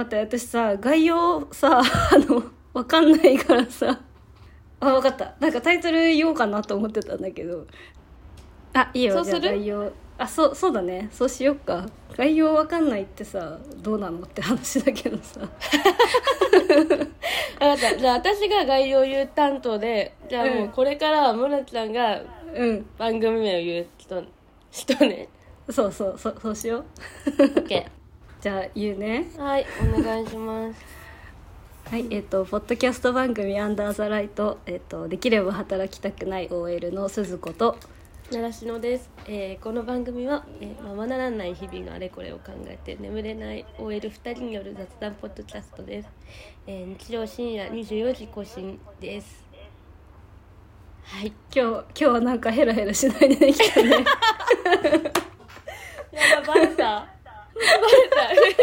って私さ概要さ あのわかんないからさあわかったなんかタイトル言おうかなと思ってたんだけどあいいよそうするじゃあ概要あそうそうだねそうしよっか概要わかんないってさどうなのって話だけどさ あじゃあじゃあ私が概要言う担当でじゃあもうこれからは村ちゃんがうん番組名を言う人人ねそうそうそうそうしよう OK じゃあ言うね はいお願いしますはい、えっ、とポッドキャスト番組アンダーザライト、えっ、とできれば働きたくない OL の鈴子と習志野です、えーこの番組は、えーままならない日々のあれこれを考えて眠れない OL2 人による雑談ポッドキャストです、えー日曜深夜24時更新ですはい今日今日はなんかヘラヘラしないでできたねやばバレたバレ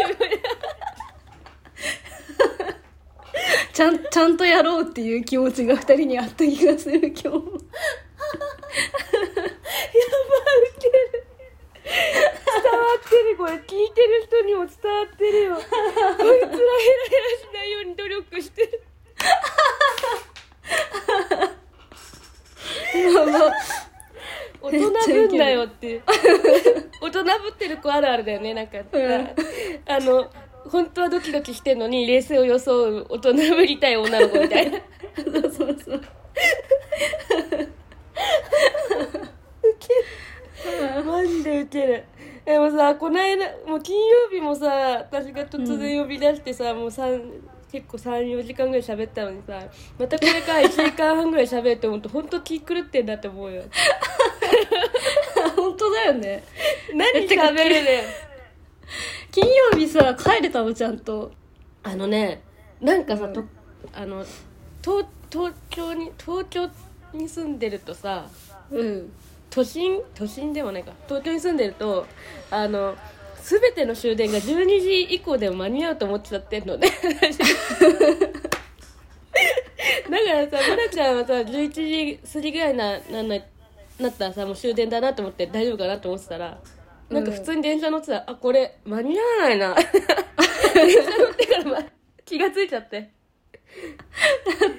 ちゃんちゃんとやろうっていう気持ちが二人にあった気がする今日も伝わってるこれ聞いてる人にも伝わってるよこいつらヘラヘラしないように努力してるまあまあ大人ぶんだよっていう大人ぶってる子あるあるだよねなんか、んあの本当はドキドキしてんのに冷静を装う大人ぶりたい女の子みたいなそうそうそう マジでウケるでもさこの間もう金曜日もさ私が突然呼び出してさ、もう三結構34時間ぐらい喋ったのにさまたこれから1時間半ぐらい喋ると思うと本当気狂ってんだって思うよ本当だよね 何喋るねん金曜日さ帰れたのちゃんとあのねなんかさ、とうんあの東東京に東京に住んでるとさうん都心都心でもないか東京に住んでるとあの全ての終電が12時以降でも間に合うと思っちゃってんのね 私だからさまなちゃんはさ11時過ぎぐらいななんないなったらさもう終電だなと思って大丈夫かなと思ってたらなんか普通に電車乗ってたら、あこれ間に合わないな電車乗ってから、ま、 気がついちゃって。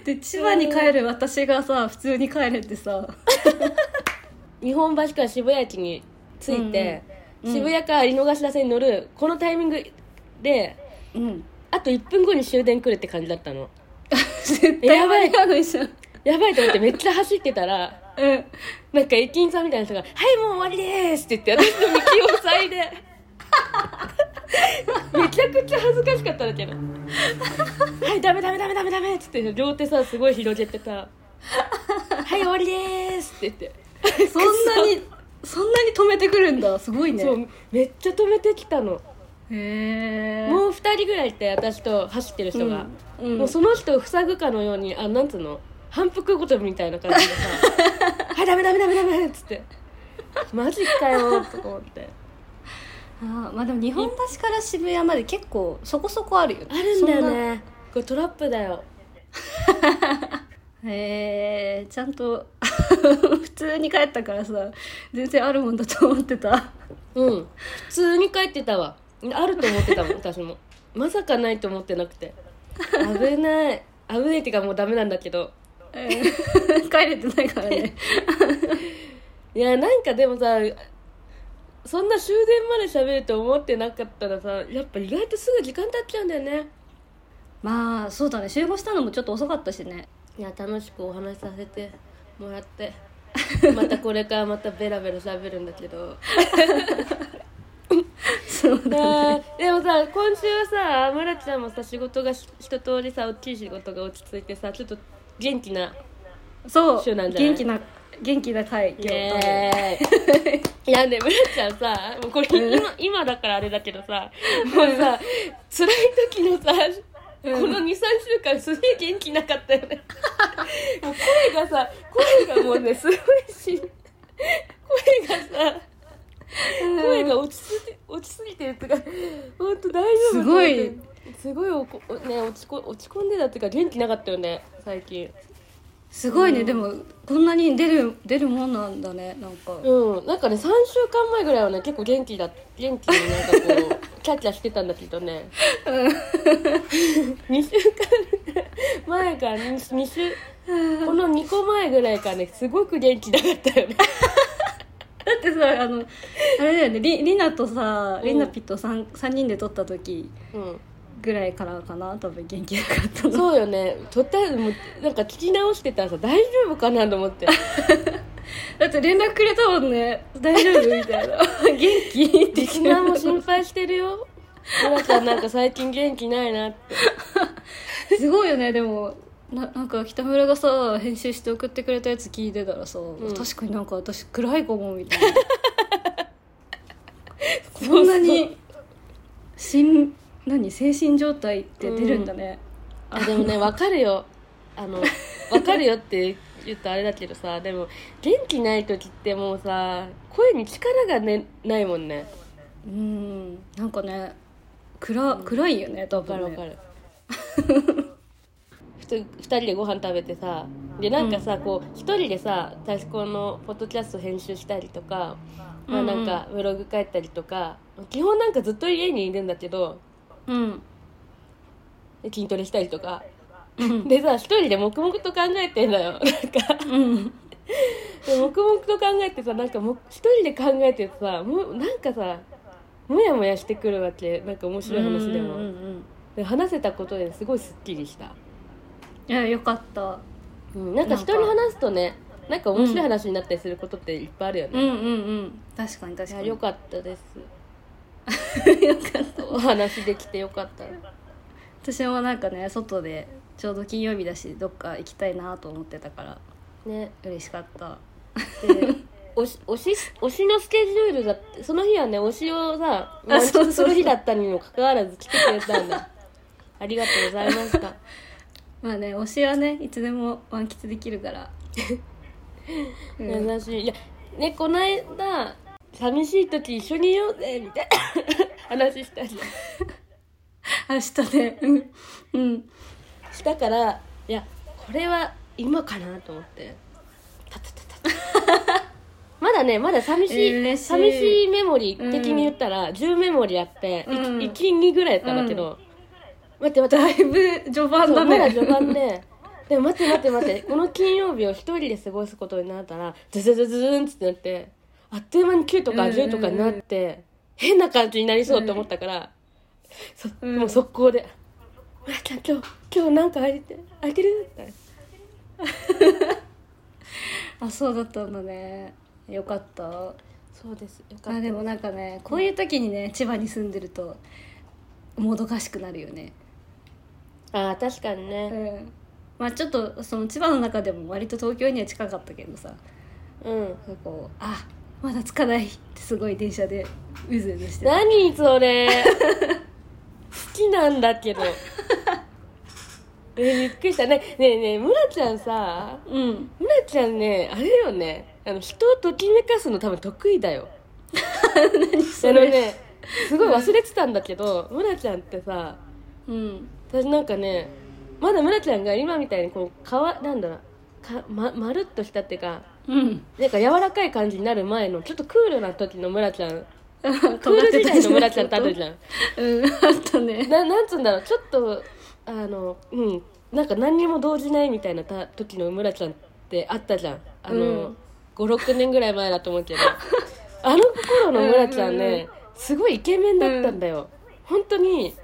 で千葉に帰る私がさ普通に帰れてさ日本橋から渋谷駅に着いて、うんうん渋谷から井の頭線に乗るこのタイミングでうんあと1分後に終電来るって感じだったの絶対間に合わないじゃんやばいと思ってめっちゃ走ってたら うんなんか駅員さんみたいな人が「はいもう終わりです」って言って私の幹を塞いで めちゃくちゃ恥ずかしかったん だけど「はいダメダメダメダメダメ」っつって両手さすごい広げてさ「はい終わりです」って言って。そんなにそんなに止めてくるんだすごいねそうめっちゃ止めてきたのへえもう2人ぐらいいて私と走ってる人が、うんうんもうその人を塞ぐかのようにあなんつうの反復ごとみたいな感じで さ「はいダメダメダメダメ」っつって「マジかよ」とか思ってあーまあでも日本橋から渋谷まで結構そこそこあるよねあるんだよねこれトラップだよそんなへえちゃんと 普通に帰ったからさ全然あるもんだと思ってたうん普通に帰ってたわあると思ってたもん私もまさかないと思ってなくて危ない危ないっていうかもうダメなんだけどえー 帰れてないからねいやなんかでもさそんな終電まで喋ると思ってなかったらさやっぱ意外とすぐ時間経っちゃうんだよねまあそうだね集合したのもちょっと遅かったしね いや楽しくお話しさせてもらってまたこれからまたベラベラ喋るんだけどそうだねえでもさ今週はさ村ちゃんもさ仕事がひ一通りさ大きい仕事が落ち着いてさちょっと元気なそう週なんじゃない元気な元気な回今日多分イエーイ いやね村ちゃんさもうこれ今,、今だからあれだけどさもうさ辛い時のさ、この23週間すげえ元気なかったよねもう声がさ声がもうねすごいし声がさ声が落ちすぎ落ちすぎてるっていうか本当大丈夫すごいすごいおこおね落ちこ落ち込んでたっていうか元気なかったよね最近すごいね、でもこんなに出る出るもんなんだねなんか、うん、なんかね3週間前ぐらいはね結構元気だ元気になんかこキャッキャしてたんだけどね2週間前から2週この2個前ぐらいからねすごく元気なかったよねだってさあのあれだよねりりなとさうんりなぴと 3, 三人で撮った時うぐらいからかな多分元気なかったんのそうよねとったらもうなんか聞き直してたらさ大丈夫かなと思って だって連絡くれたもんね大丈夫みたいな元気ってリスナーも心配してるよほらちゃんなんか最近元気ないなっ てすごいよねでもななんか北村がさ編集して送ってくれたやつ聞いてたらさ、ん確かになんか私暗いかもみたい なこんなにしん何精神状態って出るんだね、あでも ね分かるよあの分かるよって言うとあれだけどさでも元気ない時ってもうさ声に力が、ね、ないもんねうん、なんかね暗暗いよね多分か分るね分かるふと2人でご飯食べてさでなんかさ、こう1人でさ私このポッドキャスト編集したりとか、まあ、なんかブログ書いたりとか基本なんかずっと家にいるんだけどうんで筋トレしたりとかうんでさ一人で黙々と考えてんだよ なんかうんで黙々と考えてさなんかもう一人で考えてさもうなんかさもやもやしてくるわけなんか面白い話でも、うんうんうんで話せたことですごいすっきりした、いやよかったうん、なんか人に話すとねなんか面白い話になったりすることっていっぱいあるようね、んうんうん確かに確いかやによかっ たですよかったお話できてよかった私もなんかね外でちょうど金曜日だしどっか行きたいなと思ってたからね嬉しかったで推し推し推しのスケジュールだってその日はね推しをさ満そうそうそう喫する日だったにもかかわらず来てくれた んだありがとうございましたまあね推しはねいつでも満喫できるから、うん優しいいやねこの間寂しい時一緒にいようぜみたいな 話したり明日ねうんうんしたからいやこれは今かなと思ってタタタタ タまだねまだ寂しいえ嬉しい寂しいメモリー的に言ったら、10メモリーあって、いうん12ぐらいだったんだけど、待って待ってだいぶ序盤そだうまだね序盤ででも待って待って待ってこの金曜日を一人で過ごすことになったらズズズズーンってなってあっという間に9とか10とかになって、変な感じになりそうと思ったから、そうんもう速攻で「まちゃん今日今日なんか空いて空いてる?」って あそうだったんだねよかったそうですよかまあったでもなんかねこういう時にね千葉に住んでるともどかしくなるよねああ確かにうねんまあちょっとその千葉の中でも割と東京には近かったけどさうん、こうあまだ着かないってすごい電車でうずうずしてた何それ好きなん だけどえびっくりしたねねえねえムラちゃんさうんむらちゃんねあれよねあの人をときめかすの多分得意 だよ何それあのねすごい忘れてたんだけどむらちゃんってさうん私なんかねまだむらちゃんが今みたいにこうかわなんだろうかままるっとしたっていうかうんなんか柔らかい感じになる前のちょっとクールな時のムラちゃん ククール時代のムラちゃんってあたるじゃんうんあったね ななんつうんだろうちょっとあのうんなんか何にも動じないみたいなた時の村ちゃんってあったじゃんあの、うん56年ぐらい前だと思うけどあの頃の村ちゃんね、うんうんうんすごいイケメンだったんだよ、本当に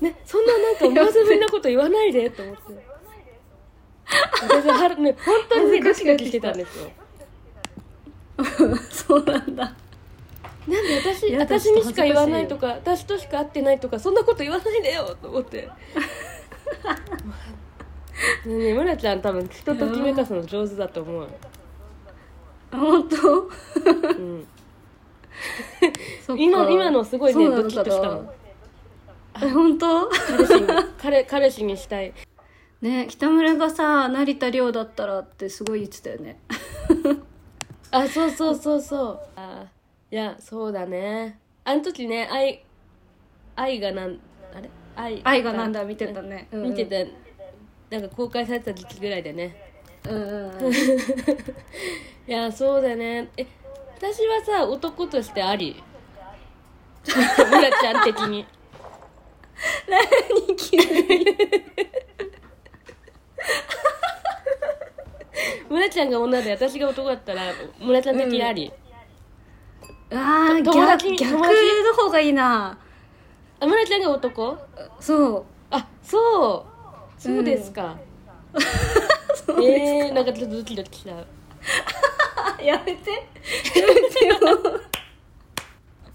ねそんななんか思わせぶりなこと言わないでと思って私はるね本当にねド恥ずかキしくなドってきたキしてたんですよそうなんだなんで私やだ私にしか言わなちいょとっか私としか会ってないとかそんなこと言わないでよと思って ねえねえむらちゃん多分人ときめかすの上手だと思う、あ本当うん、今今のすごいねドキッとしたのの本当 彼氏に彼彼氏にしたいね北村がさ成田凌だったらってすごい言ってたよ ねあそうそうそうそうあいやそうだねあの時ね愛愛がなんあれ愛愛がなんだ見てたねうん見てたなんか公開されてた時期ぐらいでねうん うんうん いやそうだねえ私はさ男としてありムラちゃん的に何急 にムラちゃんが女で私が男だったらムラちゃん的あり、あーと友達逆に逆友の達方がいいなあムラちゃんが男 そうあそうそうですか、 えー、なんかちょっとドキドキしたあやめて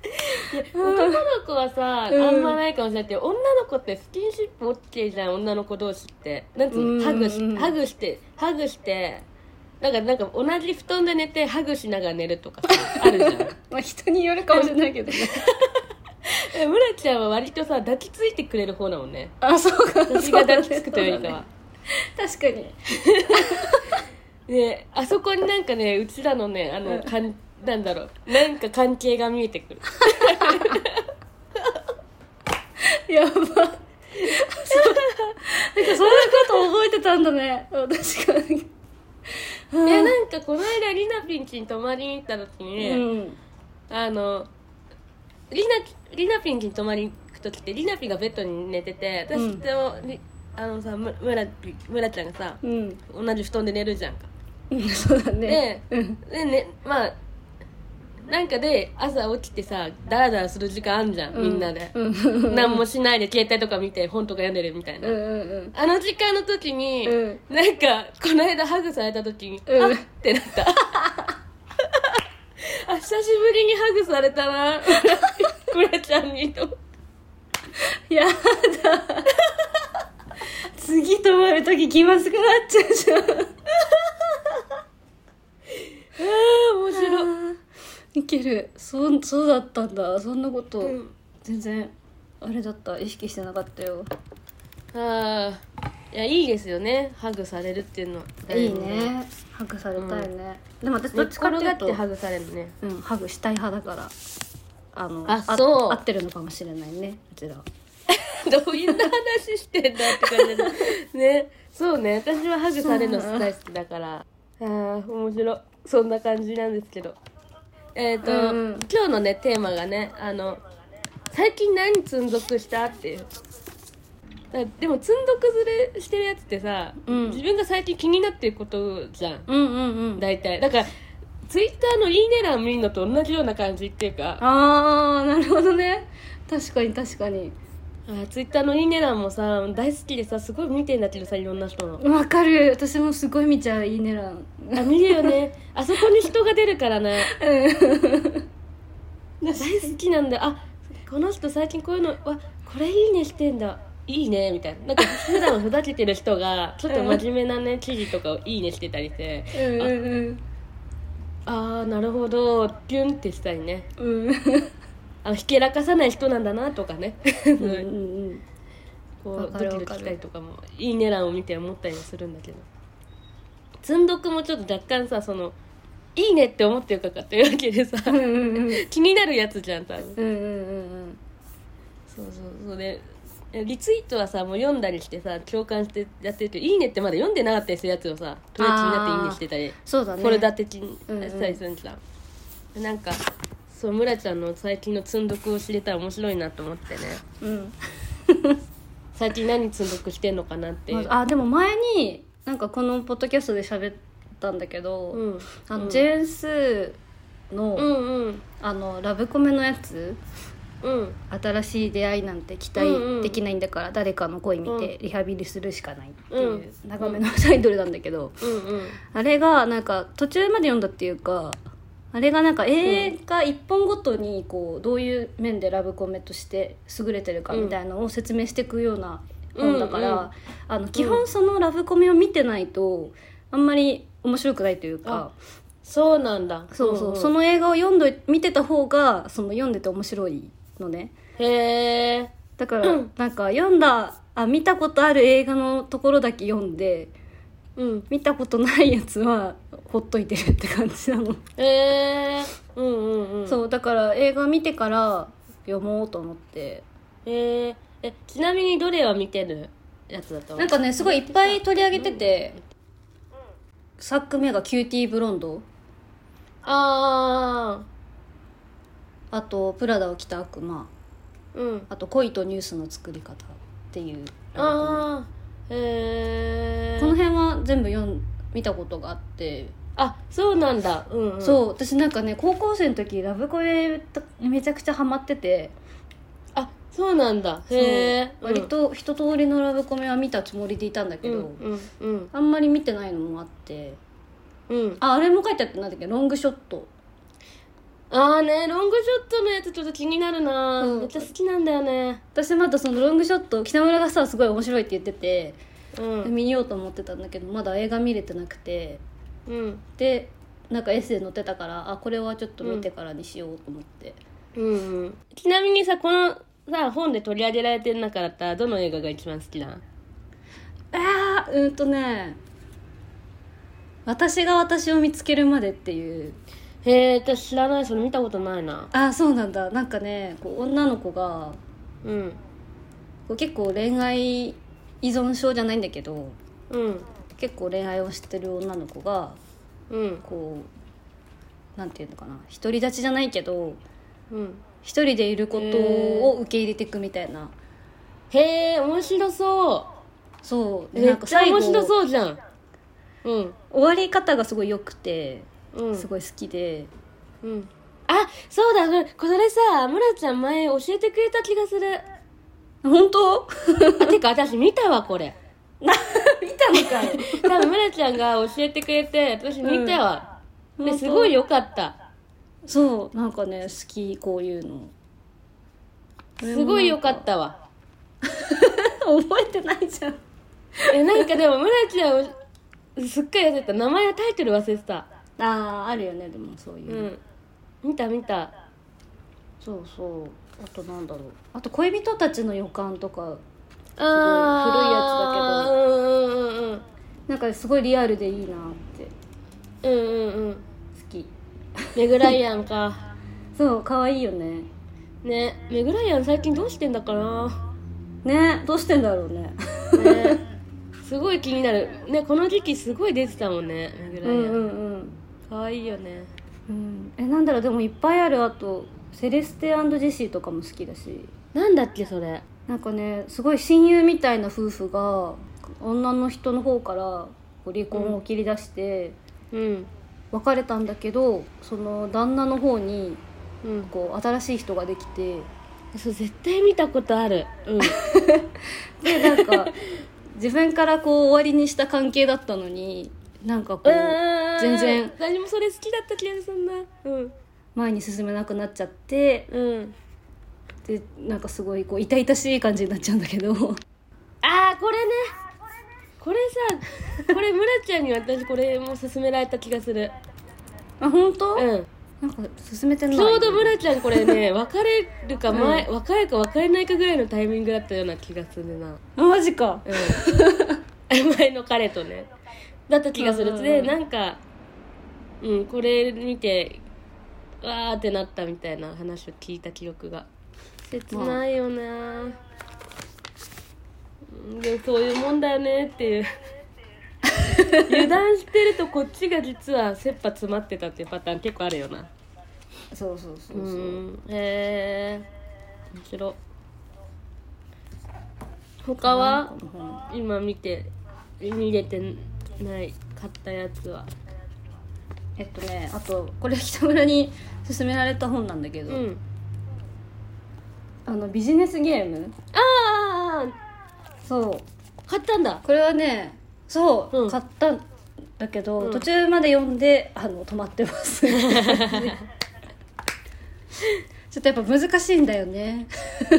男の子はさ、うんあんまないかもしれないけど女の子ってスキンシップ OK じゃん女の子同士ってなんつううんのハグしうんハグしてハグしてなんかなんか同じ布団で寝てハグしながら寝るとか さあるじゃん まあ人によるかもしれない けどねえムラちゃんは割とさ抱きついてくれる方だもんねあそうか私が抱きつくというよりかは、確かにねあそこになんかねうちらのねあの、かんなんだろうなんか関係が見えてくるやばそう なんかそんなこと覚えてたんだね私がいやなんかこの間りなぴんちに泊まりに行った時に、うんあのリナリナピンに泊まりに行く時ってリナピンがベッドに寝てて私と、りあのさむむらぴむらちゃんがさうん同じ布団で寝るじゃんかうんそうだねでうんでねまあなんかで朝起きてさダラダラする時間あんじゃん、みんなで、うんうん何もしないで携帯とか見て本とか読んでるみたいな、うんうんあの時間の時に、うんなんかこの間ハグされた時に、うんあっってなったあ久しぶりにハグされたなクラちゃんにとやだ次泊まる時気まずくなっちゃうじゃんああ面白い、いけるそうそうだったんだそんなこと、うん全然あれだった意識してなかったよあーいやいいですよねハグされるっていうのはいいいねハグされたいね、でも私どどっっちちかかっってていういとうと転がってハグされるねうん、ハグしたい派だからあのあそう合ってるのかもしれないねうちらはどういう話してんだって感じだねそうね私はハグされるの大好きだからあー面白いそんな感じなんですけどえっ、と、うん今日のねテーマがねあの最近何つんどくしたっていうだでもつんどくずれしてるやつってさ、うん自分が最近気になってることじゃんうんうんう大体だからツイッターの「いいね」欄見るのと同じような感じっていうかあーなるほどね確かに確かにあツイッターの「いいね」欄もさ大好きでさすごい見てんだけどさいろんな人のわかる私もすごい見ちゃういいねらんあ見るよねあそこに人が出るからな大好きなんだあこの人最近こういうのわこれいいねしてんだいいねみたいななんか普段ふざけてる人がちょっと真面目なね記事とかをいいねしてたりしてうんうんああなるほどキュンってしたりねうんうんあひけらかさない人なんだなとかねうんうんうんこわうドかるキドキしたりとかもいいね欄を見て思ったりもするんだけど積んどくもちょっと若干さそのいいねって思ってるかかってるわけでさうんうんうん 気になるやつじゃん多分うんうんそうそうそうでえリツイートはさもう読んだりしてさ共感してやってるけど「いいね」ってまだ読んでなかったりするやつをさとりあえず気になって「いいね」してたりそうだねフォルダ的にうんうんしたりするじゃん、でなんかそう村ちゃんの最近の積んどくを知れたら面白いなと思ってねうん最近何積んどくしてんのかなっていう、あでも前になんかこのポッドキャストで喋ったんだけど、うん、あのうんジェーン・スーの,、うんうんあのラブコメのやつうん新しい出会いなんて期うんうん待できないんだから、誰かの恋見うてリハビリするしかないっていううん長めのタイトルなんだけど、うんうんあれがなんか途中まで読んだっていうかあれがなんか映画一本ごとにこうどういう面でラブコメとして優れてるかみたいなのを説明していくような本だから、うんうんあの基本そのラブコメを見てないとあんまり面白くないというか、そうなんだそうそう、んんその映画を読んどい見てた方がその読んでて面白いのねへえだからなんか読んだあ見たことある映画のところだけ読んでうん見たことないやつはほっといてるって感じなの。へえうんうんうんそうだから映画見てから読もうと思ってへええちなみにどれは見てるやつだと思なうんかねすごいいっぱい取り上げてて作目が「キューティーブロンドあ」あと「プラダを着た悪魔」うんあと「恋とニュースの作り方」っていうラブコメああへえこの辺は全部読ん見たことがあって、あそうなんだうん、うん、そう私なんかね高校生の時ラブコメめちゃくちゃハマっててあそうなんだそうへえ割と一通りのラブコメは見たつもりでいたんだうけんど、うんうんあんまり見てないのもあってうんああれも書いてあったなんだっけロングショットああねロングショットのやつちょっと気になるな、うんめっちゃ好きなんだよね私まだそのロングショット北村がさすごい面白いって言ってて、うん見ようと思ってたんだけどまだ映画見れてなくてうんでなんかエッセイ載ってたからあこれはちょっと見てからにしようと思って、うんうんちなみにさこのさ本で取り上げられてる中だったらどの映画が一番好きなああうーんとね「私が私を見つけるまで」っていうへえ私知らないそれ見たことないなああそうなんだなんかねこう女の子がうんこう結構恋愛依存症じゃないんだけどうん結構恋愛をしてる女の子がうんこうなんていうのかな独り立ちじゃないけどうん一人でいることを受け入れていくみたいなへえ面白そそううでめなっんかちゃ最後面白そうじゃんうん終わり方がすごい良くてうんすごい好きで、うんあそうだそれこれさ村ちゃん前教えてくれた気がする本当 あてか私見たわこ れ見たのかい 多分村ちゃんが教えてくれて私見たわ、うんで本当すごい良かったそうなんかね好きこういうのすごい良かったわ覚えてないじゃんえなんかでも村ちゃんを すっかり忘れた名前やタイトル忘れてたあああるよねでもそういうう、ん見た見たそうそうあとなんだろうあと恋人たちの予感とかあーうんうんうんうんなんかすごいリアルでいいなってうんうんうん好きメグライアンかそう可愛いよねねメグライアン最近どうしてんだかなねどうしてんだろうねねすごい気になるねこの時期すごい出てたもんねメ グうライアンん、うんうんかわいいよねうんえなんだろうでもいっぱいあるあとセレステジェシーとかも好きだしなんだっけそれなんかねすごい親友みたいな夫婦が女の人の方からこう離婚を切り出してうん別れたんだけど、その旦那の方にうんこう新しい人ができてそう絶対見たことあるうんでなんか自分からこう終わりにした関係だったのになんかこう全然私もそれ好きだった気がすんなうん前に進めなくなっちゃってうんでなんかすごいこう痛々しい感じになっちゃうんだけどああこれねこれさこれ村ちゃんに私これも勧められた気がする あ本当、うんなんか進めてないちょうど村ちゃんこれ ね別れるか前、別れるか別れないかぐらいのタイミングだったような気がするな あマジかうん前の彼とねだった気がすうんうんるうんでなんかうんこれ見てわーってなったみたいな話を聞いた記憶が切ないよね、うんでもそういうもんだよねって いう油断してるとこっちが実は切羽詰まってたっていうパターン結構あるよなそうそうそううそう、んへえ面白他は今見て見れてない買ったやつはえっとねあとこれ北村に勧められた本なんだけうど、んあのビジネスゲームあああそうあ買ったんだこれはねそう、うん買ったんだけど、うん途中まで読んであの止まってます ちょっとやっぱ難しいんだよね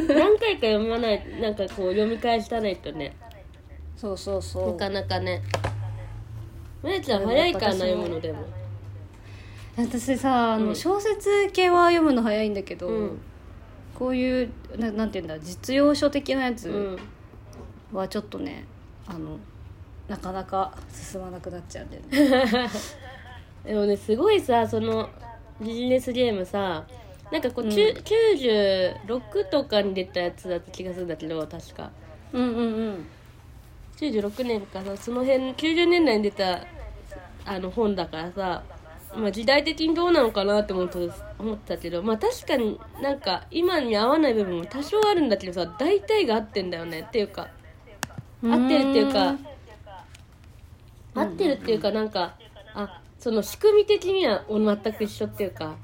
何回か読まないなんかこう読み返したないとねそうそうそなうかなかねまやちゃん早いからな読むのでも私さあの、うん小説系は読むの早いんだけど、うんこういうななんていうんだ実用書的なやつ、うんはちょっとねあのなかなか進まなくなっちゃうんだよ ねでもねすごいさそのビジネスゲームさなんかこう、ちゅうん96とかに出たやつだった気がするんだけど確かうんうんうん96年かさその辺90年代に出たあの本だからさまあ、時代的にどうなのかなって思った思ったけどまあ確かになんか今に合わない部分も多少あるんだけどさ大体が合ってんだよねっていうか合ってるっていうか合ってるっていうかなんかあその仕組み的には全く一緒っていうか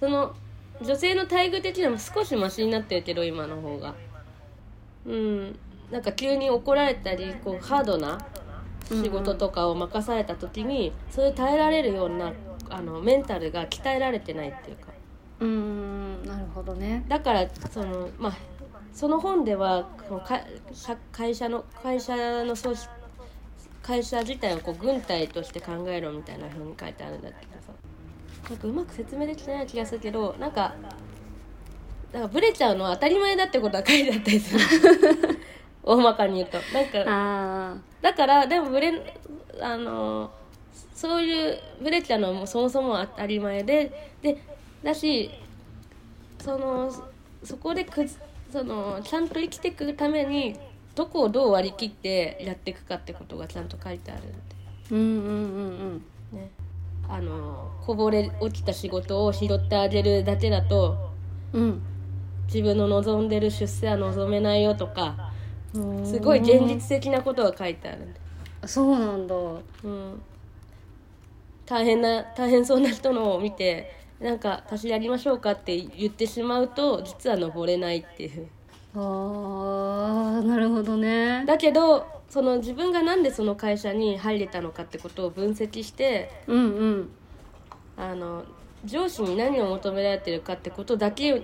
その女性の待遇的には少しマシになってるけど今の方がうんなんか急に怒られたりこうハードな仕事とかを任された時にそれ耐えられるようなあのメンタルが鍛えられてないっていうかうんうんなるほどねだからそのまあその本ではそのか社会社の会社の組織会社自体をこう軍隊として考えろみたいな風に書いてあるんだけどさなんかうまく説明できてない気がするけどなんかなんかブレちゃうのは当たり前だってことは書いてあったり する大まかに言うとなんかあだからでもブレあのそういうブレちゃうのはもうそもそも当たり前ででだしそのそこでくずそのちゃんと生きていくためにどこをどう割り切ってやっていくかってことがちゃんと書いてあるんーうんうんうんうんでねあのこぼれ落ちた仕事を拾ってあげるだけだとうん自分の望んでる出世は望めないよとかすごい現実的なことが書いてあるんでそうなんだうん、大変な大変そうな人のを見てなんか「足しやりましょうか」って言ってしまうと実は登れないっていうあーなるほどねだけどその自分がなんでその会社に入れたのかってことを分析してうんうんあの上司に何を求められてるかってことだけ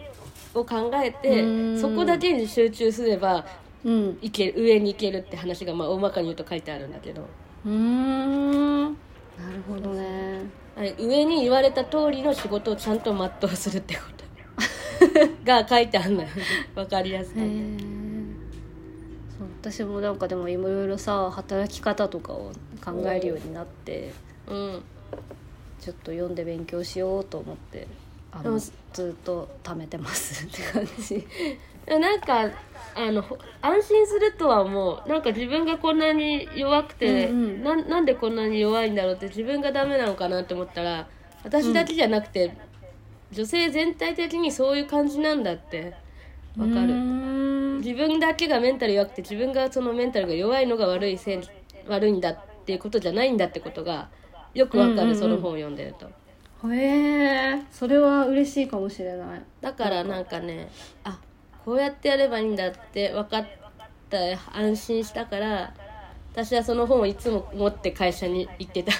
を考えうーてんそこだけに集中すればうんいける上に行けるって話がまあ大まかに言うと書いてあるんだけど。うーんなるほどねはい上に言われた通りの仕事をちゃんと全うするってこと が書いてあるのよわかりやすへくえそう私もなんかでもいろいろさ働き方とかを考えるようになってうんちょっと読んで勉強しようと思ってあでのもずっと貯めてますって感じなんかあのほ安心するとはもうなんか自分がこんなに弱くて、うんうんなんなんでこんなに弱いんだろうって自分がダメなのかなって思ったら私だけじゃなくて、女性全体的にそういう感じなんだってわかる、る自分だけがメンタル弱くて自分がそのメンタルが弱いのが悪いせい悪いんだっていうことじゃないんだってことがよくわかる、うんうんうんその本を読んでるとへえそれは嬉しいかもしれないだからなんかねあこうやってやればいいんだって分かった安心したから私はその本をいつも持って会社に行 ってた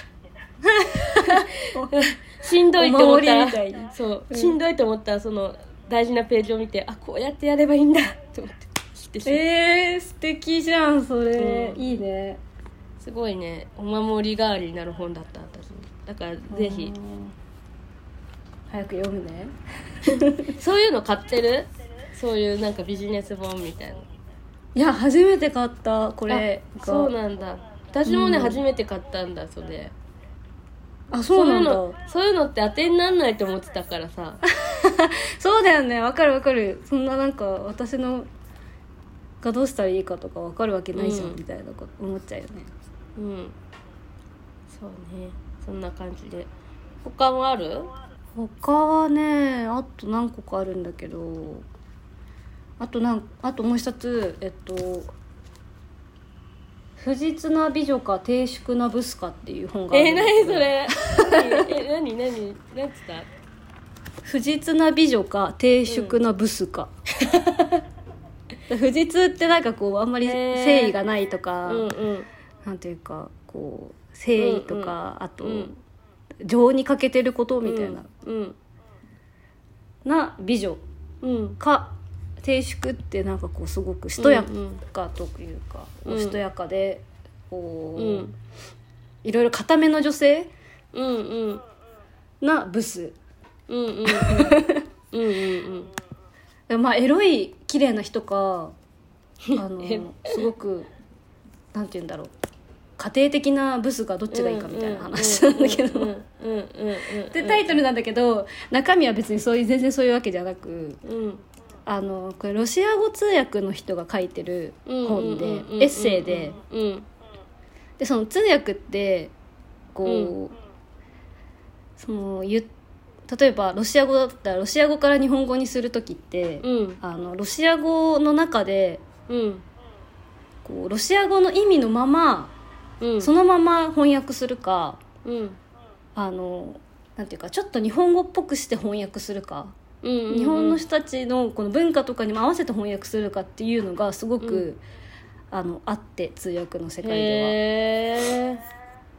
しんどいと思ったお守りみたいらなそう、うんしんどいと思ったらその大事なページを見てあこうやってやればいいんだと思って知ってしまったえー、素敵じゃんそれ、うんいいねすごいねお守り代わりになる本だった私だからぜひうん早く読むねそういうの買ってるそういうなんかビジネス本みたいないや初めて買ったここれがそうなんだ私もね、うん初めて買ったんだそれあそうなんだそういうのそういうのって当てになんないと思ってたか らさそうだよねわかるわかるそんななんか私のがどうしたらいいかとかわかるわけないじゃん、うんみたいなこと思っちゃうよねうんそうねそんな感じで他もある他はねあと何個かあるんだけどあとなんあともう一つえっと「不実な美女か低粛なブスか」っていう本があるえんー、だけ何どそれ何え何何何つった不実な美女か低粛なブスか、 不実ってなんかこうあんまりへー誠意がないとか、うんうんなんていうかこう誠意とうんか、あと、うん情に欠けてることみたいな、うんな美女うんか低粛ってなんかこうすごくしとやうんかというか、うんおしとやかでこう、うんいろいろ固めの女性うんうんなブスうんうんうんうんうんまあエロい綺麗な人 かあエのロすごくなんて言うんだろう家庭的なブスがどっちがいいかみたいな話なんだけうんうど。んうんうんでタイトルなんだけど中身は別にそういう全然そういうわけじゃなくうんあのこれロシア語通訳の人が書いてるうん本でうんうんうんうんエッセイでうんでその通訳ってこう、そのゆ例えばロシア語だったらロシア語から日本語にする時って、うんあのロシア語の中でうんこうロシア語の意味のままうんそのまま翻訳するか、うんあのなんていうかちょっと日本語っぽくして翻訳するか、うんうんうん日本の人たちのこの文化とかにも合わせて翻訳するかっていうのがすごく、あのあって通訳の世界では。へ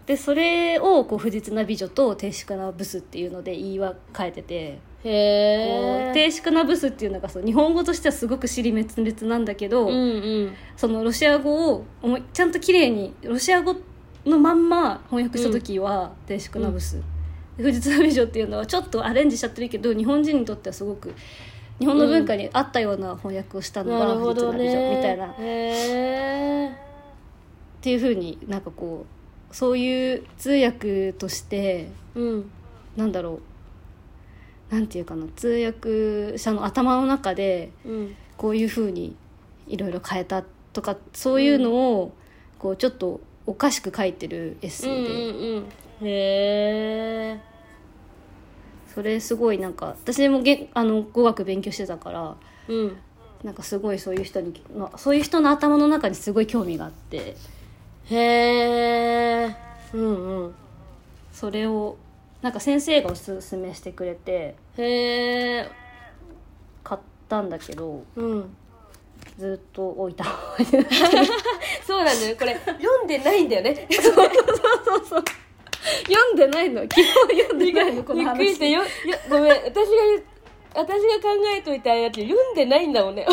でそれをこう不実な美女と低粛なブスっていうので言いは変えてて。えこへうえ低粛なブスっていうのがそう日本語としてはすごく尻滅裂なんだけど、うんうんそのロシア語を思いちゃんと綺麗にロシア語のまんま翻訳した時は低粛なブス、で富士通美女っていうのはちょっとアレンジしちゃってるけど日本人にとってはすごく日本の文化に合ったような翻訳をしたのながるほ富士ど通美ね女みたいな、っへえていうふうになんかこうそういう通訳としてうんなんだろうなんていうかな通訳者の頭の中でうんこういうふうにいろいろ変えたとかそういうのをこうちょっとおかしく書いてるエッうセんイで、うんうんへえそれすごいなんか私もげあの語学勉強してたからうんなんかすごいそういう人にのそういう人の頭の中にすごい興味があってへえうんうんそれをなんか先生がおすすめしてくれてへえ買ったんだけどうんずっと置いたままでそうなんだよ ねこれ読んでないんだよね読んでない の昨日読んでないのこのびっくりして話よよごめん私が言う私が考えといてあれだけど読んでないんだもん ねこ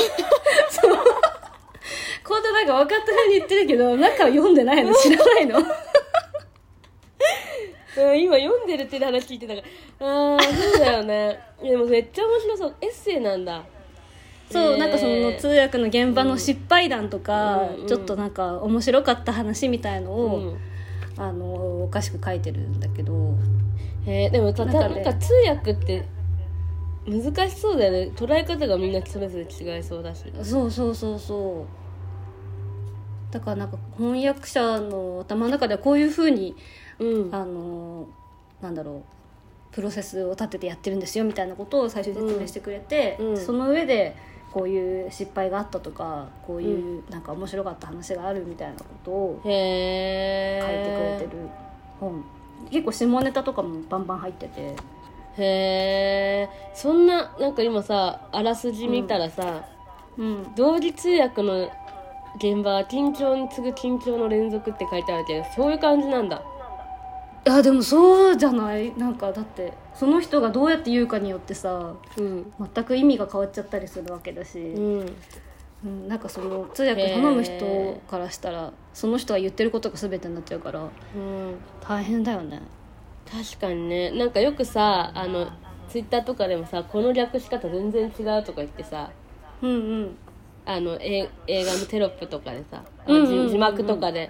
うやってなんか分かったふうに言ってるけど中は読んでない の知らないの うん今読んでるって話聞いてたからああそうだよね いやでもめっちゃ面白そうエッセイなんだそう、へーなんかその通訳の現場の失敗談とか、うんちょっとなんか面白かった話みたいのうを、んあのおかしく書いてるんだけどへえでもたなんかたねなんか通訳って難しそうだよね捉え方がみんなそれぞれ違いそうだしそうそうそうそうだからなんか翻訳者の頭の中ではこういうふうにうんあのなんだろうプロセスを立ててやってるんですよみたいなことを最初に説明してくれて、うんうんその上でこういう失敗があったとかこういうなんか面白かった話があるみたいなことをへ書いえてくれてる本結構下ネタとかもバンバン入っててへえそんななんか今さあらすじ見たらさ、うん同時通訳の現場は緊張に次ぐ緊張の連続って書いてあるけどそういう感じなんだいやでもそうじゃないなんかだってその人がどうやって言うかによってさうん全く意味が変わっちゃったりするわけだし、ううんんなんかその通訳頼む人からしたらその人が言ってることが全てになっちゃうからうん大変だよね確かにねなんかよくさあのツイッターとかでもさこの略し方全然違うとか言ってさうんうんあのえ映画のテロップとかでさ、うんうんあの字字幕とかで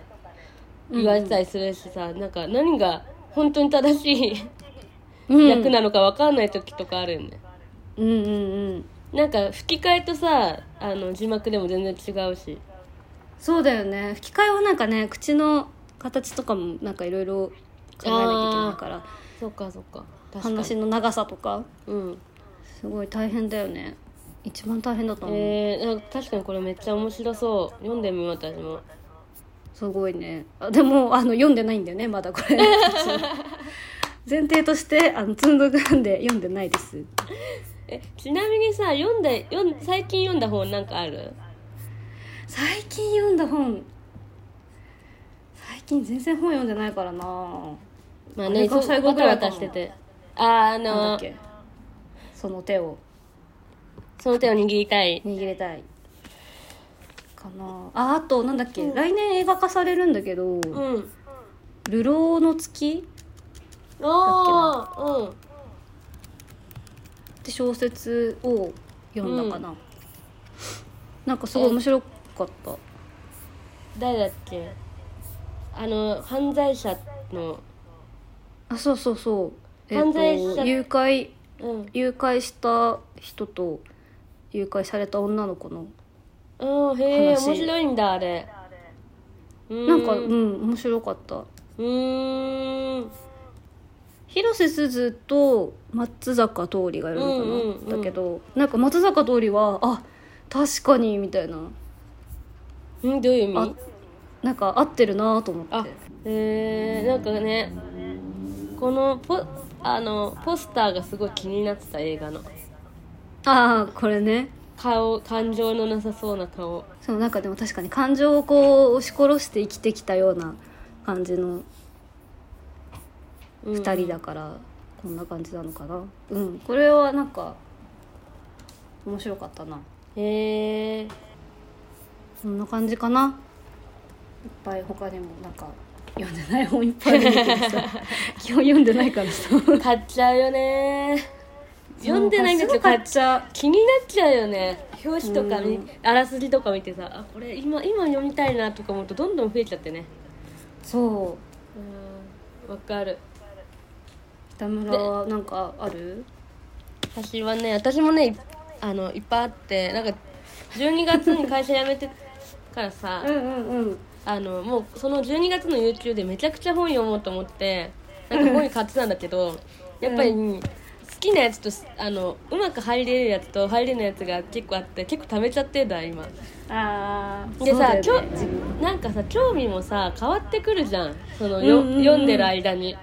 言われてたりするしさ、なんか何が本当に正しいうん略なのか分かんない時とかあるよね、うんうんうんなんか吹き替えとさあの字幕でも全然違うしそうだよね吹き替えはなんかね口の形とかもなんかいろいろ考えなきゃいけないからそっかそっか確かに話の長さとかうんすごい大変だよね一番大変だと思う、えー、なんか確かにこれめっちゃ面白そう読んでみよう私もすごいねあでもあの読んでないんだよねまだ これ前提としてあの積んどくなんで読んでないですえちなみにさ読んで読ん最近読んだ本なんかある最近読んだ本最近全然本読んでないからなまああねれがそう最後バぐタらいバかもタしててあーなあんだのっけその手をその手を握りたい握れたいかなああとなんだっけ、来年映画化されるんだけど「うん流浪の月」ああうんって小説を読んだかな、なんかすごい面白かった誰だっけあの犯罪者のあそうそうそう、え犯っ罪者と誘拐うん誘拐した人と誘拐された女の子のうんへえ面話白いんだあれなんかう、うん面白かったーん広瀬すずと松坂桃李がいるのかな、うんうんうんだけどなんか松坂桃李はあ確かにみたいなうんどういう意あ味なんか合ってるなと思っあてえー、なんかねこのポあのポスターがすごい気になってた映画のああーこれね顔感情のなさそうな顔そのなんかでも確かに感情をこう押し殺して生きてきたような感じのうん2人だから、こんな感じなのかなうんこれはなんか面白かったなへえそんな感じかないっぱい他にもなんか読んでない本いっぱいあるんだ けどさ基本読んでないからさ買っちゃうよね 読んでないんだけすどぐ買買っっちゃうちゃ気になっちゃうよね表紙とかうにんあらすじとか見てさあこれ今今読みたいなとか思うとどんどん増えちゃってねうそうんわかるう北村はなんかある私はね私もねいあのいっぱいあってなんか12月に会社辞めてからさんうんうんあのもうその12月の YouTube でめちゃくちゃ本読もうと思ってなんか本買ってたんだけどやっぱり、好きなやつとしあのうまく入れるやつと入れないやつが結構あって結構溜めちゃってんだ今ああでさ、そうだよねきょなんかさ興味もさ変わってくるじゃんそのよ、うんうんうん読んでる間に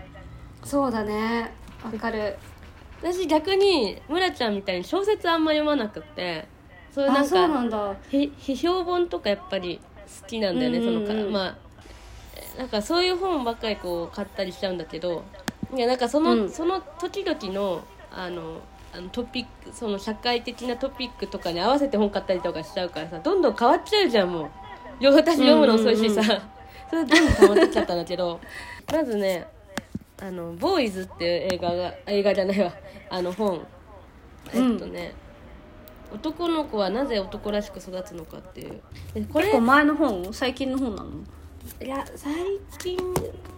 そうだねわかる私逆に村ちゃんみたいに小説あんま読まなくてそういうなあんそうかなんだひ批評本とかやっぱり好きなんだよね、うんうんうんそのかまあえなんかそういう本ばっかりこう買ったりしちゃうんだけどいやなんかその、うんその時々のあのあのトピックその社会的なトピックとかに合わせて本買ったりとかしちゃうからさどんどん変わっちゃうじゃんもう両私読むの遅いしさ、うんうそれでどんどん変わってっちゃったんだけどまずねあの「ボーイズ」っていう映画が映画じゃないわあの本えっとね、男の子はなぜ男らしく育つのかっていうでこれ結構前の本最近の本なのいや最近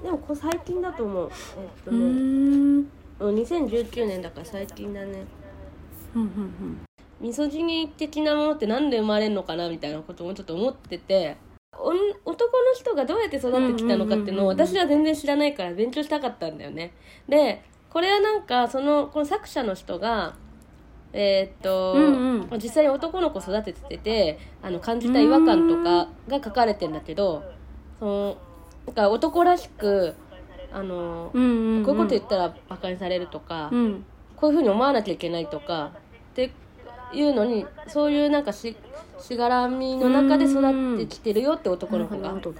でもこれ最近だと思うえっとうーねんうん2019年だから最近だねうんうんミソジニ的なものってなんで生まれるのかなみたいなこともちょっと思ってておん男の人がどうやって育ってきたのかっていうのをうんうんうんうん私は全然知らないから勉強したかったんだよねでこれはなんかそのこの作者の人がえーっと、うんう実際に男の子育てててあの感じた違和感とかが書かれてんだけどそのなんか男らしくあの、うんうんうんこういうこと言ったらバカにされるとか、うんこういうふうに思わなきゃいけないとかっていうのにそういうなんかししがらみの中で育ってきてるよって男の子なが。るほっど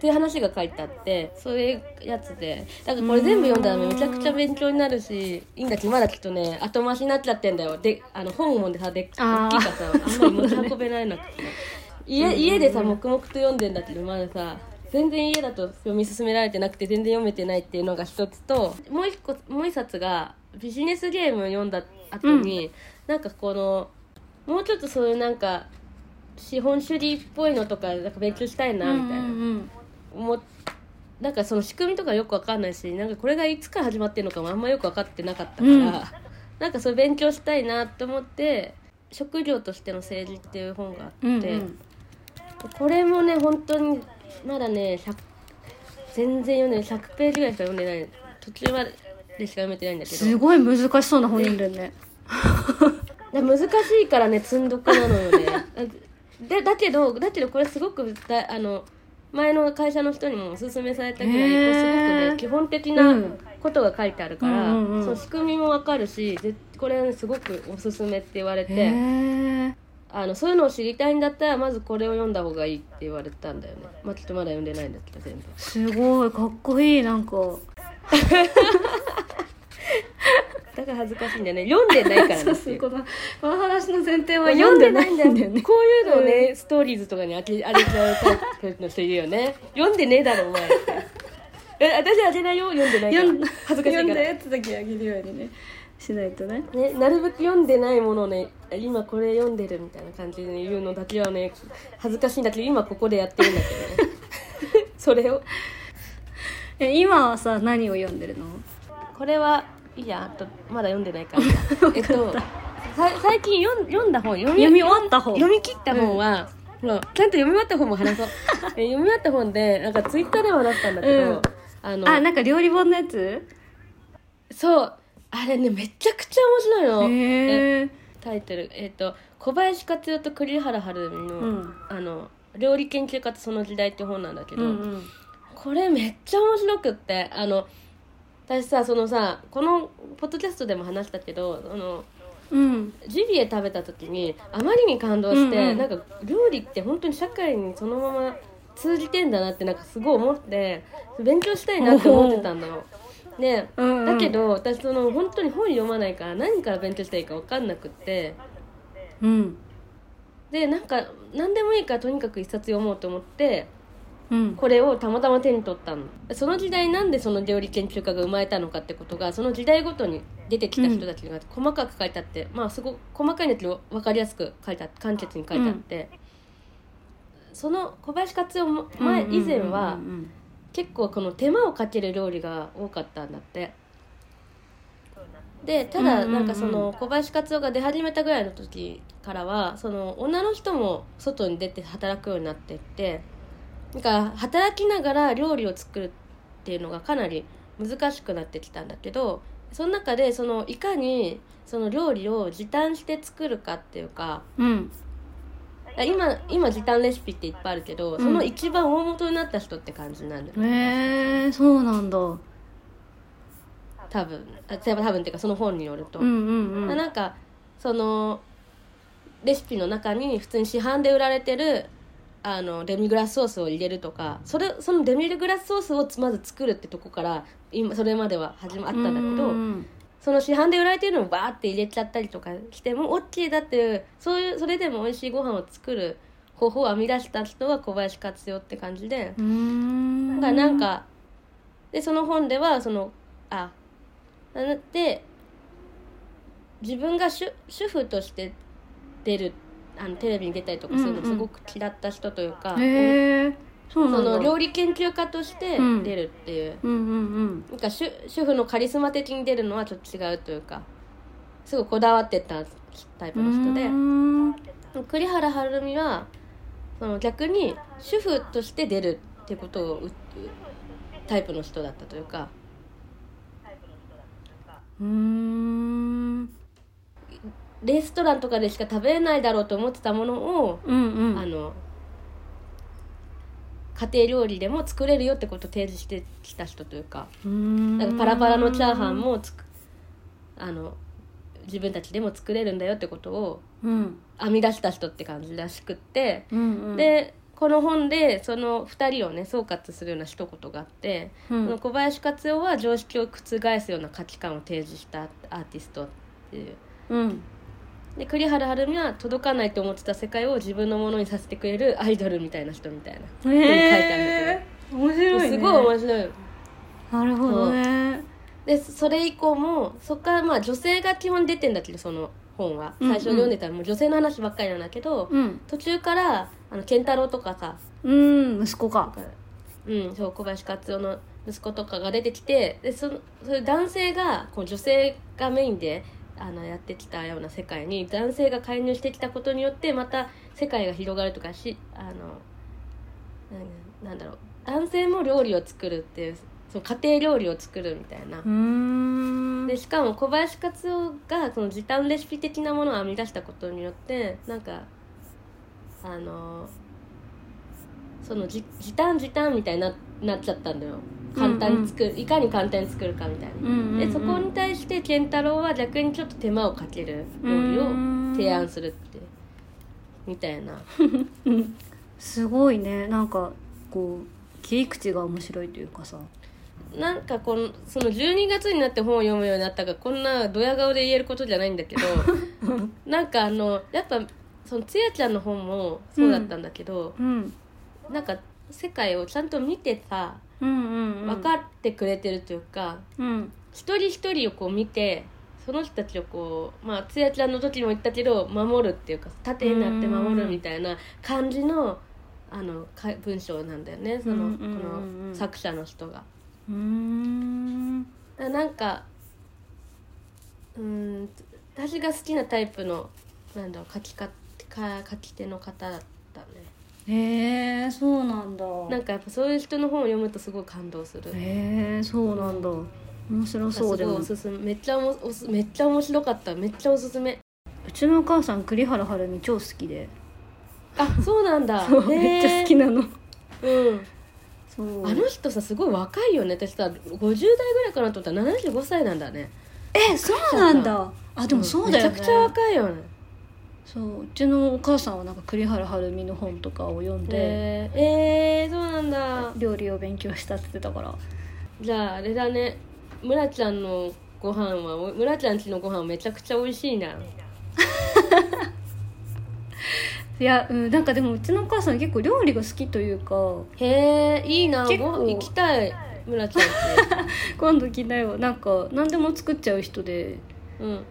ていう話が書いてあってそういうやつでだからこれ全部読んだらめちゃくちゃ勉強になるしいいんだけどまだきっとね後回しになっちゃってんだよであの本もでさであー大きいからさあんまり持ち運べないなく て、家家でさ黙々と読んでんだけどまださ全然家だと読み進められてなくて全然読めてないっていうのが一つともう一個もう一冊がビジネスゲーム読んだ後に、なんかこのもうちょっとそういうなんか資本主義っぽいのとかなんか勉強したいなみたいうな、んうん思っなんかその仕組みとかよくわかんないしなんかこれがいつから始まってるのかもあんまよく分かってなかったから、うんなんかそれ勉強したいなと思って「職業としての政治」っていう本があって、うんうんこれもね本当にまだね100全然読んでない100ページぐらいしか読んでない途中までしか読めてないんだけどすごい難しそうな本読んでるねだ難しいからね積んどくなのよねあ でだけどだけどこれすごくだあの前の会社の人にもおすすめされたぐらい、へーこうすごくね基本的うなんことが書いてあるから、うんうんうんその仕組みもわかるしぜこれはねすごくおすすめって言われへてえあのそういうのを知りたいんだったらまずこれを読んだ方がいいって言われたんだよねまあちょっとまだ読んでないんだけど全部すごいかっこいいなんかだから恥ずかしいんだよね読んでないからねっていうこのこの話の前提は読読んんででなないいんんだだよよねねこういうのをね、ストーリーズとかにあげあげちゃうタイプの人いるよね読んでねえだろお前え私あげないよ読んでないか ら読ん恥ずかしい読んかだらやつだけあげるようにねしないとねね、なるべく読んでないものをね今これ読んでるみたいな感じで言うのだけはね恥ずかしいんだけど今ここでやってるんだけ どねそれをえ今はさ何を読んでるのこれはいいやあとまだ読んでないから えっとさ最近読ん読んだ本読み読み終わった本読み切った本は、 もうちゃんと読み終わった本も話そうえ読み終わった本でなんかツイッターでも話したんだけど、うんあのあなんか料理本のやつそうあれねめちゃくちゃ面白いの、へえタイトルえっ、と小林克代と栗原はるみの,、うんあの料理研究家とその時代って本なんだけうど、んうんこれめっちゃ面白くってあの私さそのさこのポッドキャストでも話したけどあのうんジビエ食べた時にあまりに感動して、うんうんなんか料理って本当に社会にそのまま通じてんだなってなんかすごい思って勉強したいなって思ってたんだよ。でうんうんだけど私その本当に本読まないから何から勉強したらいいか分かんなくってうんでなんか何でもいいからとにかく一冊読もうと思ってうんこれをたまたま手に取ったのその時代なんでその料理研究家が生まれたのかってことがその時代ごとに出てきた人たちが細かく書いてあって、まあすごく細かいんだけど分かりやすく書いてあって簡潔に書いてあって、その小林克夫も前以前はうんうんうん結構この手間をかける料理が多かったんだってでただうんうんうなんんかその小林克夫が出始めたぐらいの時からはその女の人も外に出て働くようになってってなんか働きながら料理を作るっていうのがかなり難しくなってきたんだけどその中でそのいかにその料理を時短して作るかっていうかうんうん今今時短レシピっていっぱいあるけど、んその一番大元になった人って感じなんだようんねへえそうなんだうん多分あ多分多分っていうかその本によると、うんまうあんなんかそのレシピの中に普通に市販で売られてるあのデミグラスソースを入れるとかそれそのデミグラスソースをつまず作るってとこから今それまでは始まあったんだけど、うんその市販で売られてるのをバーって入れちゃったりとかしても OK だっていうそういうそれでも美味しいご飯を作る方法を編み出した人が小林克代って感じで。うんがなんかでその本ではそのあなで自分が主主婦として出るあのテレビに出たりとかするうんのうんすごく嫌った人というか、へえそうなそんだの料理研究家としてうん出るっていう、うんうんうんなんか主主婦のカリスマ的に出るのはちょっと違うというかすごいこだわってたタイプの人で。うん栗原はるみはその逆に主婦として出るってことをううタイプの人だったというかうんレストランとかでしか食べれないだろうと思ってたものを、うんうんあの家庭料理でも作れるよってことを提示してきた人というかうんだからパラパラのチャーハンもつくあの自分たちでも作れるんだよってことをうん編み出した人って感じらしくって。うんうんでこの本でその2人をね総括するような一言があって、うんその小林克夫は常識を覆すような価値観を提示したアーティストっていううんで栗原はるみは届かないと思ってた世界を自分のものにさせてくれるアイドルみたいな人みたいなへ書いてあるえ面白いねすごい面白いなるほどねでそれ以降もそこからまあ女性が基本出てんだけどその本は最初読んでたらもう女性の話ばっかりなんだけど、うん途中からあの健太郎とかさうん息子かうん、そう小林克夫の息子とかが出てきてでそのそういう男性がこう女性がメインであのやってきたような世界に男性が介入してきたことによってまた世界が広がるとかしあのなんなんだろう男性も料理を作るっていうその家庭料理を作るみたいなう。んでしかも小林克夫がその時短レシピ的なものを編み出したことによってなんかあのそのじ時短時短みたいにななっちゃったんだよ簡単に作る、いかに簡単に作るかみたいな、うんうんうんでそこに対して健太郎は逆にちょっと手間をかける料理を提案するってみたいなすごいねなんかこう切り口が面白いというかさなんかこのその12月になって本を読むようになったからこんなドヤ顔で言えることじゃないんだけ どなんかあのやっぱそのつやちゃんの本もそうだったんだけど、うんなんか世界をちゃんと見てさうんうん分かってくれてるというか、うん一人一人をこう見てその人たちをこうまあつやちゃんの時も言ったけど守るっていうか盾になって守るみたいな感じのあのか文章なんだよねその、うんうんこうんうんの作者の人が。うーんあなんかうーん私が好きなタイプのなんだろう書きかか書き手の方だったねへへえそうなんだなんかやっぱそういう人の本を読むとすごい感動するへえそうなんだ面白そうででもおすすめめっちゃおもおすめっちゃ面白かっためっちゃおすすめうちのお母さん栗原はるみ超好きであ そうなんだ めっちゃ好きななのうんそうあの人さすごい若いよね私さ50代ぐらいかなと思ったら75歳なんだねえそうなんだあでもそうだよねめちゃくちゃ若いよねそううちのお母さんはなんか栗原はるみの本とかを読んででえー、そうなんだ料理を勉強したって言ってたからじゃああれだね村ちゃんのご飯はお村ちゃんちのご飯めちゃくちゃ美味しいないや、うん、なんかでもうちのお母さん結構料理が好きというかへえいいなご結構飯行きたい村ちゃんち今度来なよなんか何でも作っちゃう人でうん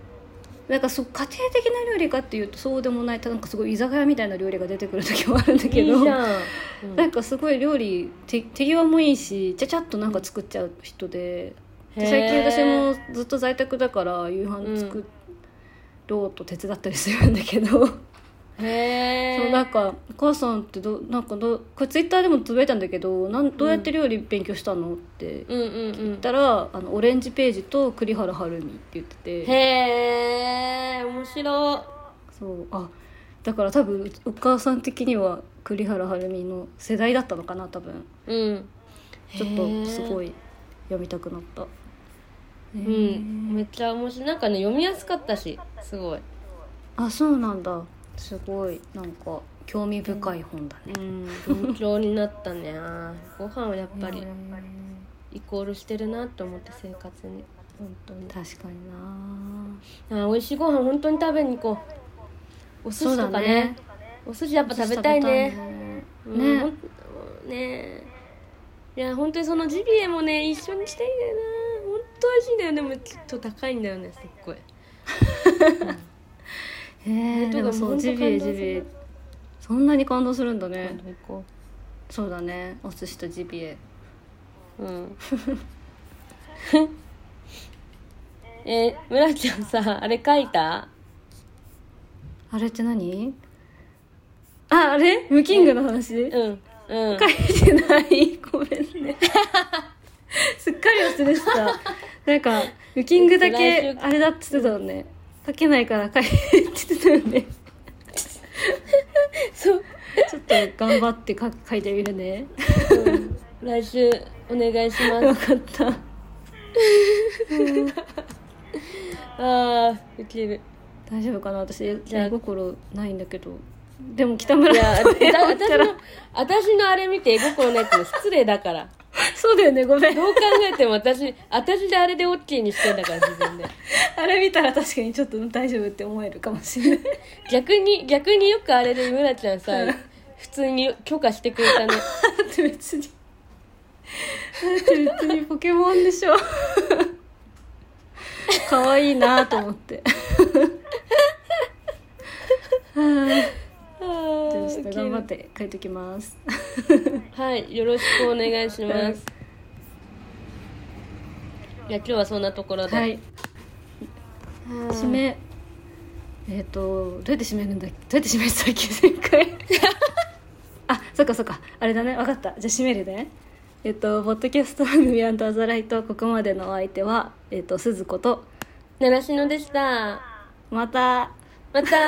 なんかそう家庭的な料理かっていうとそうでもないただなんかすごい居酒屋みたいな料理が出てくる時もあるんだ けどいいじゃん、う んなんかすごい料理手手際もいいしちゃちゃっとなんか作っちゃう人ででへー最近私もずっと在宅だから夕飯作ろうと手伝ったりするんだけど、 へえそうなんか「お母さんってどなんかどこれツイッターでもつぶやいたんだけどなんどうやって料理勉強したの?」って言うんうんうんったら「あのオレンジページと栗原はるみ」って言っててへえ面白そうあだから多分お母さん的には栗原はるみの世代だったのかな多分。うんちょっとすごいい読みたくなった。ううんめっちゃ面白いなんかね読みやすかったしすごいあ、そうなんだ。すごいなんか興味深い本だね。 うん勉強になったねご飯はやっぱりイコールしてるなと思って生活に本当に確かにな。あ美味しいご飯本当に食べに行こうお寿そう司だとかねね。お寿司やっぱ食べたいねお寿司食べたいうんね。ほんね。ねえいや本当にそのジビエもね一緒にしたいんだよな本当美味しいんだよねでもちょっと高いんだよねすっごいへえ。とでかもそもうう本当ジビエジ感動するビエ。そんなに感動するんだね今。度行こそうだね。お寿司とジビエ。ううん え村ちゃんさあれ書いたあれって何？あ、あれ？ムキングの話？うんうん書いてないごめん ねすっかり忘れてたなんかウキングだけあれだって言ってたよね書けないから書いてって言ってたよ ねそう、ちょっと頑張って書書いてみるねうん来週お願いしま分すかったあーウケる大丈夫かな私じゃあ絵心ないんだけどでも北村い やあさんに会った私のら私のあれ見て絵心ないって失礼だからそうだよねごめんどう考えても私私であれで OK にしてんだから自 分であれ見たら確かにちょっと大丈夫って思えるかもしれない逆に逆によくあれで村ちゃんさうん普通に許可してくれたねだって別にだって別にポケモンでしょ可愛いなと思ってちあーょっウとケる頑張って書いときますはいよろしくお願いしますいや今日はそんなところで、はいうん締めえっ、とどうやって締めるんだっけどうやって締めてたっけ前回あそっかそっかあれだね分かったじゃあ締めるねえっ、とポッドキャスト番組アンダーザライトここまでのお相手はえっ、と鈴子と習志野でしたまたまた